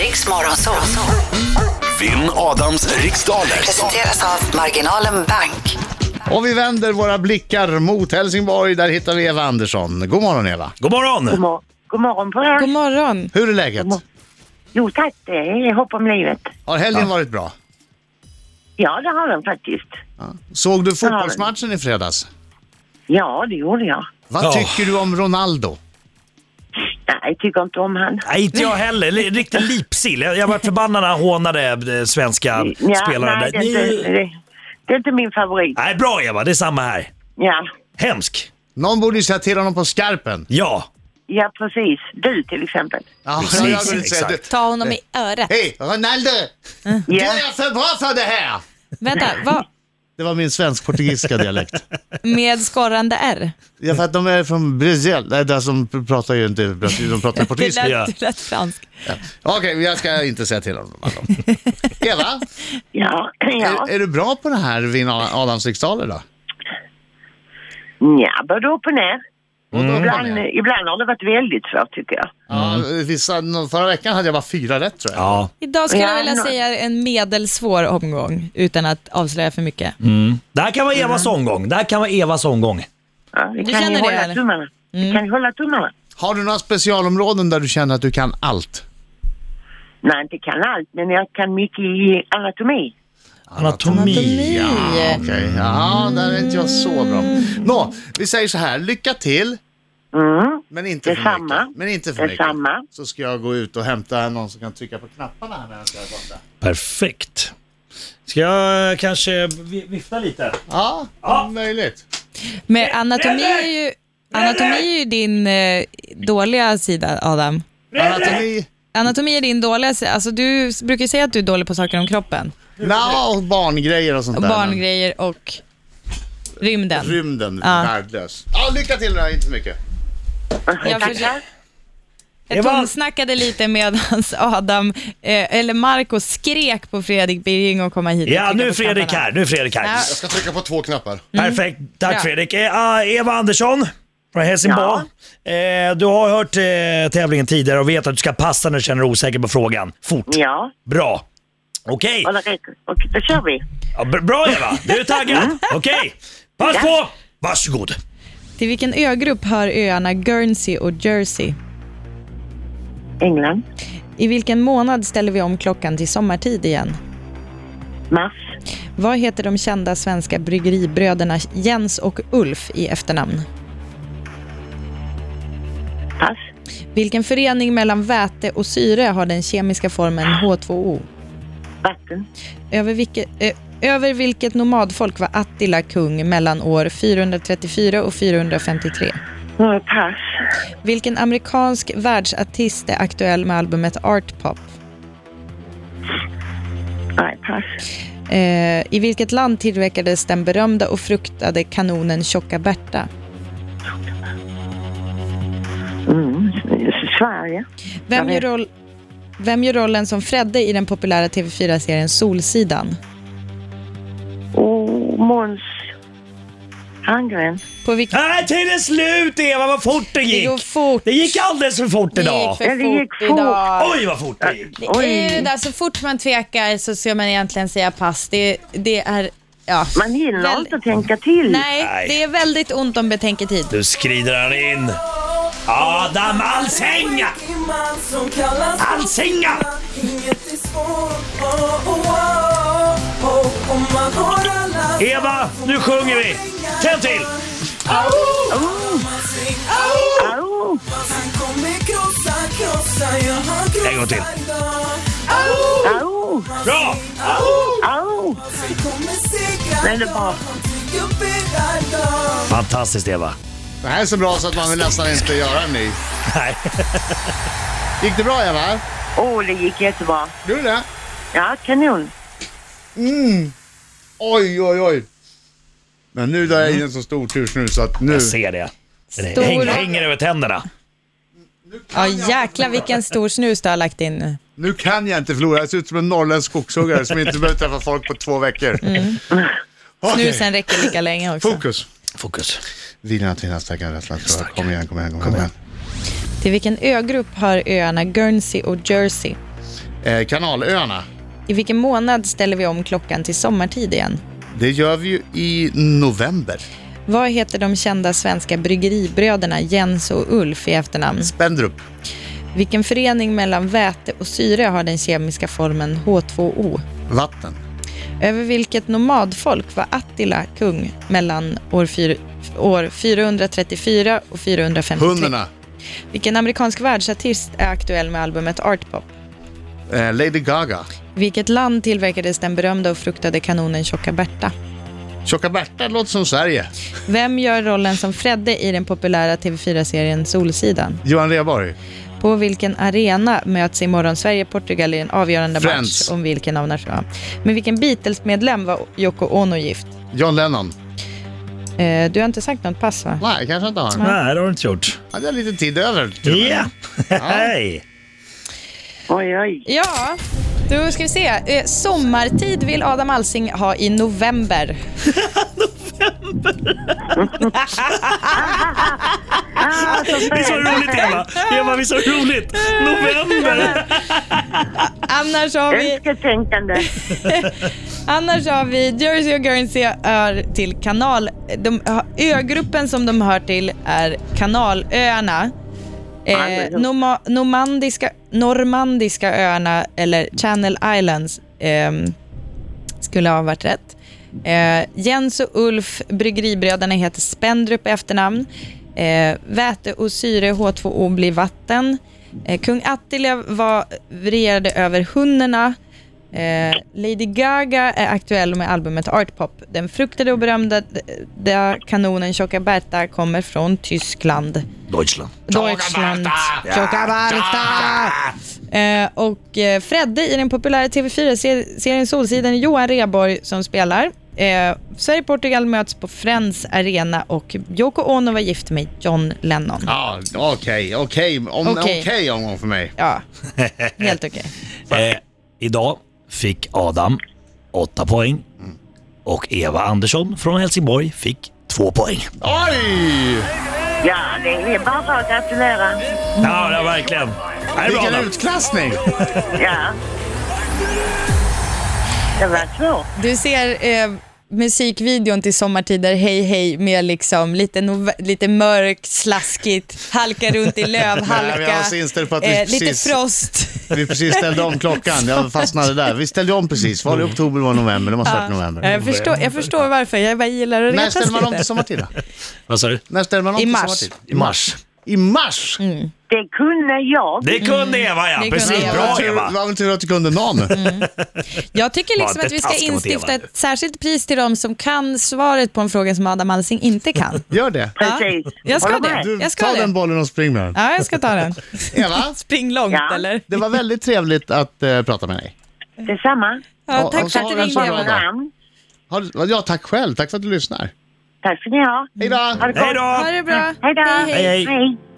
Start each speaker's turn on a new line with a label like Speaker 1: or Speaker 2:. Speaker 1: Riks Morgonzoo.
Speaker 2: Vinn Adams riksdaler.
Speaker 1: Presenteras av Marginalen Bank.
Speaker 3: Och vi vänder våra blickar mot Helsingborg. Där hittar vi Eva Andersson. God morgon Eva.
Speaker 4: God
Speaker 5: God,
Speaker 4: morgon!
Speaker 5: mor- God morgon på er.
Speaker 6: God morgon.
Speaker 3: Hur är läget?
Speaker 5: morgon. Jo tack, det är hopp om livet.
Speaker 3: Har helgen varit bra?
Speaker 5: Ja, det har den faktiskt.
Speaker 3: Såg du fotbollsmatchen i fredags?
Speaker 5: Ja, det gjorde jag.
Speaker 3: Vad
Speaker 4: Ja.
Speaker 3: tycker du om Ronaldo?
Speaker 5: Nej, jag tycker inte om han.
Speaker 4: Nej, inte jag heller. Li- Riktig lipsill. Jag, jag var förbannad när han hånade eh, svenska spelare.
Speaker 5: nej, det, är inte,
Speaker 4: Ni-
Speaker 5: det, det är inte min favorit.
Speaker 4: nej, bra Eva. Det är samma här.
Speaker 5: Ja,
Speaker 4: Hemsk.
Speaker 3: Någon borde ju säga till honom på skarpen.
Speaker 4: Ja.
Speaker 5: ja precis. Du till exempel.
Speaker 3: Ja,
Speaker 4: Precis,
Speaker 3: jag vill inte säga
Speaker 4: exakt.
Speaker 3: du-
Speaker 6: Ta honom i örat.
Speaker 3: Hej Ronaldo! Du
Speaker 5: Ja,
Speaker 3: är för bra för det här!
Speaker 6: Vänta, vad?
Speaker 3: Det var min svensk-portugisiska dialekt.
Speaker 6: Med skorrande R?
Speaker 3: Ja, för att de är från Brasil. Nej, de som pratar ju inte Brasil, de pratar
Speaker 6: Det
Speaker 3: portugisiska.
Speaker 4: ja.
Speaker 6: lät, det lät fransk.
Speaker 3: Okej, jag ska inte säga till honom. Eva,
Speaker 5: ja, ja.
Speaker 3: är, är du bra på det här Vinn Adams riksdaler då?
Speaker 5: ja både upp och ner.
Speaker 3: Mm.
Speaker 5: Ibland, ibland har det varit väldigt svårt tycker jag.
Speaker 3: Ja, vissa, nå- förra veckan hade jag bara fyra rätt tror jag.
Speaker 4: ja.
Speaker 6: Idag skulle jag
Speaker 5: Ja,
Speaker 6: vilja
Speaker 5: nå-
Speaker 6: säga en medelsvår omgång utan att avslöja för mycket.
Speaker 4: Det här kan vara Evas
Speaker 5: Mm.
Speaker 4: omgång. Det här kan vara Evas omgång.
Speaker 5: Ja, vi
Speaker 6: Du
Speaker 5: kan
Speaker 6: känner
Speaker 5: ju
Speaker 6: det,
Speaker 5: hålla
Speaker 6: eller? Mm.
Speaker 5: tummarna. Vi kan ju hålla tummarna.
Speaker 3: Har du några specialområden där du känner att du kan allt?
Speaker 5: Nej, inte kan allt, men jag kan mycket i anatomi.
Speaker 4: Anatomi.
Speaker 3: Ja, okej. Ja, där är inte jag så bra. Nå, vi säger så här. Lycka till,
Speaker 5: Mm.
Speaker 3: men inte för
Speaker 5: Detsamma.
Speaker 3: mycket. Men inte för
Speaker 5: Detsamma.
Speaker 3: mycket. Så ska jag gå ut och hämta någon som kan trycka på knapparna här medan jag är borta.
Speaker 4: Perfekt. Ska jag kanske vi- vifta lite?
Speaker 3: Ja, ja. möjligt.
Speaker 6: Men anatomi är ju, anatomi är ju din eh, dåliga sida, Adam.
Speaker 3: Anatomi?
Speaker 6: Anatomi är din dåliga sida. Alltså, du s- brukar ju säga att du är dålig på saker om kroppen.
Speaker 3: Nja, och barngrejer och sånt
Speaker 6: Och
Speaker 3: där.
Speaker 6: barngrejer och rymden.
Speaker 3: Men Rymden,
Speaker 6: Ja.
Speaker 3: värdelös. Ja, lycka till då, inte för mycket.
Speaker 6: Jag försöker- Jag
Speaker 4: Eva?
Speaker 6: tomsnackade lite medans Adam, eh, eller Marco skrek på Fredrik Birging att komma hit. och
Speaker 4: Ja,
Speaker 6: trycka
Speaker 4: nu är
Speaker 6: på
Speaker 4: Fredrik
Speaker 6: knapparna.
Speaker 4: här. Nu är Fredrik här. Mm.
Speaker 6: Ja.
Speaker 7: Jag ska trycka på två knappar.
Speaker 4: Perfekt. Tack
Speaker 6: Bra.
Speaker 4: Fredrik. Eh, ah, Eva Andersson från Helsingborg. Eh, du har hört eh, tävlingen tidigare och vet att du ska passa när du känner dig osäker på frågan. Fort.
Speaker 5: Ja,
Speaker 4: Bra. Okej.
Speaker 5: och det räcker. Okej, då kör vi.
Speaker 4: Ja, b- bra Eva. Du är
Speaker 6: Mm.
Speaker 4: taggad. Okej. Pass på. Varsågod.
Speaker 6: Till vilken ögrupp hör öarna Guernsey och Jersey?
Speaker 5: England,
Speaker 6: I vilken månad ställer vi om klockan till sommartid igen?
Speaker 5: Mars,
Speaker 6: Vad heter de kända svenska bryggeribröderna Jens och Ulf i efternamn?
Speaker 5: pass.
Speaker 6: Vilken förening mellan väte och syre har den kemiska formeln H2O?
Speaker 5: Vatten.
Speaker 6: Över vilket, eh, över vilket nomadfolk var Attila kung mellan år 434 och 453?
Speaker 5: Mm, pass.
Speaker 6: Vilken amerikansk världsartist är aktuell med albumet Art Pop?
Speaker 5: Nej, pass.
Speaker 6: Eh, I vilket land tillverkades den berömda och fruktade kanonen Tjocka Berta?
Speaker 5: Mm. S- Sverige.
Speaker 6: Vem
Speaker 5: Jag
Speaker 6: gör,
Speaker 5: vet.
Speaker 6: roll, vem gör rollen som Fredde i den populära TV4-serien Solsidan?
Speaker 5: Och Måns Herngren.
Speaker 6: På vilket...
Speaker 4: Nej, tiden är slut Eva. Vad fort det gick.
Speaker 6: Det går fort.
Speaker 4: Det gick alldeles för fort
Speaker 6: Det
Speaker 4: idag.
Speaker 6: gick
Speaker 5: Ja,
Speaker 6: för
Speaker 5: det gick
Speaker 6: fort
Speaker 5: fort.
Speaker 6: idag.
Speaker 4: Oj, vad fort det gick.
Speaker 6: Det
Speaker 5: Oj.
Speaker 6: är ju det där, så fort man tvekar så ska man egentligen säga pass. Det, det är... Ja.
Speaker 5: Man hinner
Speaker 6: Väl-
Speaker 5: inte tänka till.
Speaker 6: Nej,
Speaker 4: Nej.
Speaker 6: det är väldigt ont om betänketid.
Speaker 4: Nu skrider han in. Adam Alsing! Alsinga! Eva, nu sjunger vi. Tänd till!
Speaker 5: Au!
Speaker 4: En gång till.
Speaker 5: Au!
Speaker 4: Bra!
Speaker 5: Au!
Speaker 8: Nej, det är bra.
Speaker 4: Fantastiskt Eva.
Speaker 3: Det här är så bra så att man vill nästan inte göra en ny.
Speaker 4: Nej.
Speaker 3: Gick det bra Eva?
Speaker 5: Åh, det gick jättebra.
Speaker 3: Gjorde du det?
Speaker 5: Ja, kanon.
Speaker 3: Oj, oj, oj. Men nu där är ju en så stor tursnus så att nu...
Speaker 4: Mm. Jag ser det. Det
Speaker 6: Stora-
Speaker 4: hänger, hänger över tänderna.
Speaker 6: Ja, jäklar vilken stor snus du har lagt in nu.
Speaker 3: Nu kan jag inte förlora. Jag ser ut som en norrländsk skogshuggare som inte behöver träffa folk på två veckor. Okej,
Speaker 6: Snusen räcker lika länge också.
Speaker 3: fokus.
Speaker 4: Fokus.
Speaker 3: Vilan till nästa vecka, rätt land, tror jag. Kom igen, kom igen, kom igen.
Speaker 6: Till vilken ögrupp hör öarna Guernsey och Jersey?
Speaker 3: Eh, Kanalöarna.
Speaker 6: I vilken månad ställer vi om klockan till sommartid igen?
Speaker 3: Det gör vi ju i november.
Speaker 6: Vad heter de kända svenska bryggeribröderna Jens och Ulf i efternamn?
Speaker 3: Spendrup.
Speaker 6: Vilken förening mellan väte och syre har den kemiska formeln H2O?
Speaker 3: Vatten.
Speaker 6: Över vilket nomadfolk var Attila kung mellan år, fyr, år 434 och 453?
Speaker 3: Hundarna.
Speaker 6: Vilken amerikansk världsartist är aktuell med albumet Art Pop?
Speaker 3: Eh, Lady Gaga.
Speaker 6: Vilket land tillverkades den berömda och fruktade kanonen Tjocka Berta?
Speaker 3: Tjocka Berta låter som Sverige.
Speaker 6: Vem gör rollen som Fredde i den populära TV4-serien Solsidan?
Speaker 3: Johan Rheborg.
Speaker 6: På vilken arena möts imorgon Sverige-Portugal i en avgörande
Speaker 3: Friends.
Speaker 6: match om vilken av nationerna? Med vilken Beatles-medlem var Yoko Ono gift?
Speaker 3: John Lennon.
Speaker 6: Eh, du har inte sagt något pass va?
Speaker 3: Nej, kanske inte har.
Speaker 4: Nej, det har du inte gjort.
Speaker 3: Hade jag lite tid över. till och med.
Speaker 4: Ja! Hej!
Speaker 5: Oj, oj.
Speaker 6: Ja, då ska vi se. Eh, sommartid vill Adam Alsing ha i november.
Speaker 5: Ah,
Speaker 4: Vi är så roligt Eva! Eva, vi är så roligt! November!
Speaker 6: Annars har vi,
Speaker 5: Önsketänkande.
Speaker 6: annars har vi Jersey och Guernsey är till kanal... De, ögruppen som de hör till är Kanalöarna. Eh, noma, nomandiska, normandiska öarna eller Channel Islands ehm, skulle ha varit rätt. Eh, Jens och Ulf, bryggeribröderna, heter Spendrup i efternamn. Eh, väte och syre, H2O, blir vatten. Eh, Kung Attila var, regerade över hunnerna. Eh, Lady Gaga är aktuell med albumet Art Pop. Den fruktade och berömda d- där kanonen Tjocka Berta kommer från Tyskland.
Speaker 4: Deutschland.
Speaker 6: Deutschland. Tjocka Berta! Eh, och eh, Fredde i den populära TV4-serien Solsidan, Johan Rheborg som spelar. Eh, Sverige-Portugal möts på Friends Arena och Yoko Ono var gift med John Lennon.
Speaker 3: Ja, okej, okej. Om-
Speaker 6: Okej.
Speaker 3: Okej omgång för mig.
Speaker 6: Ja, helt okej.
Speaker 4: Eh, idag fick Adam 8 poäng och Eva Andersson från Helsingborg fick 2 poäng.
Speaker 3: Oj!
Speaker 5: Ja, det är bara för att gratulera.
Speaker 4: Ja, det verkligen. Det är bra
Speaker 3: Vilken
Speaker 4: Adam.
Speaker 3: utklassning!
Speaker 5: Ja. Det var svårt.
Speaker 6: Du ser eh, musikvideon till Sommartider, Hej Hej, med liksom lite, nove- lite mörkt, slaskigt, halka runt i
Speaker 3: Nej, vi har
Speaker 6: lövhalka, eh,
Speaker 3: oss inställt på att vi
Speaker 6: lite
Speaker 3: precis-
Speaker 6: frost.
Speaker 3: Vi precis ställde om klockan. Jag fastnade där. Vi ställde om precis.
Speaker 4: Mm.
Speaker 3: Var det oktober, var det november? Det måste ha varit
Speaker 6: Ja,
Speaker 3: november.
Speaker 6: Eh, Jag förstår, jag förstår varför, jag bara gillar att
Speaker 3: När
Speaker 6: retas
Speaker 3: ställer man om till
Speaker 6: lite.
Speaker 3: sommartid då?
Speaker 4: Vad sa du?
Speaker 3: När ställer man om
Speaker 6: I
Speaker 3: till
Speaker 6: mars. Mm.
Speaker 3: sommartid?
Speaker 4: I mars.
Speaker 3: I mars?
Speaker 5: Det kunde jag.
Speaker 4: Det kunde Eva ja,
Speaker 6: det kunde
Speaker 4: precis.
Speaker 6: Eva.
Speaker 3: Det var
Speaker 4: Bra
Speaker 3: tur-
Speaker 4: Eva.
Speaker 3: Det var väl tur att du kunde namn.
Speaker 6: Mm. Jag tycker
Speaker 4: Var
Speaker 6: liksom
Speaker 4: inte
Speaker 6: att vi ska
Speaker 4: taskig mot
Speaker 6: instifta
Speaker 4: Eva.
Speaker 6: ett särskilt pris till de som kan svaret på en fråga som Adam Alsing inte kan.
Speaker 3: Gör det.
Speaker 6: Ja,
Speaker 5: Precis.
Speaker 6: jag ska
Speaker 5: Håller
Speaker 6: det.
Speaker 5: med.
Speaker 3: Du,
Speaker 6: Jag ska
Speaker 3: ta
Speaker 6: det.
Speaker 3: den bollen och spring med den.
Speaker 6: Ja, jag ska ta den.
Speaker 3: Eva,
Speaker 6: Spring långt
Speaker 5: Ja.
Speaker 6: eller?
Speaker 3: det var väldigt trevligt att eh, prata med dig.
Speaker 5: Detsamma.
Speaker 6: Ja,
Speaker 3: Och-
Speaker 6: tack
Speaker 3: och
Speaker 6: för
Speaker 3: så
Speaker 6: att du
Speaker 3: har vi en sån
Speaker 6: ringde Eva.
Speaker 3: rad.
Speaker 5: Namn.
Speaker 3: Har, du- ja, tack själv. Tack för att du lyssnar.
Speaker 5: Tack ska ni ha.
Speaker 3: Hej då!
Speaker 5: Ha det
Speaker 4: Hej
Speaker 5: gott.
Speaker 4: då!
Speaker 6: Ha det bra.
Speaker 5: Hej då.
Speaker 4: Hej, hej.
Speaker 5: Hej.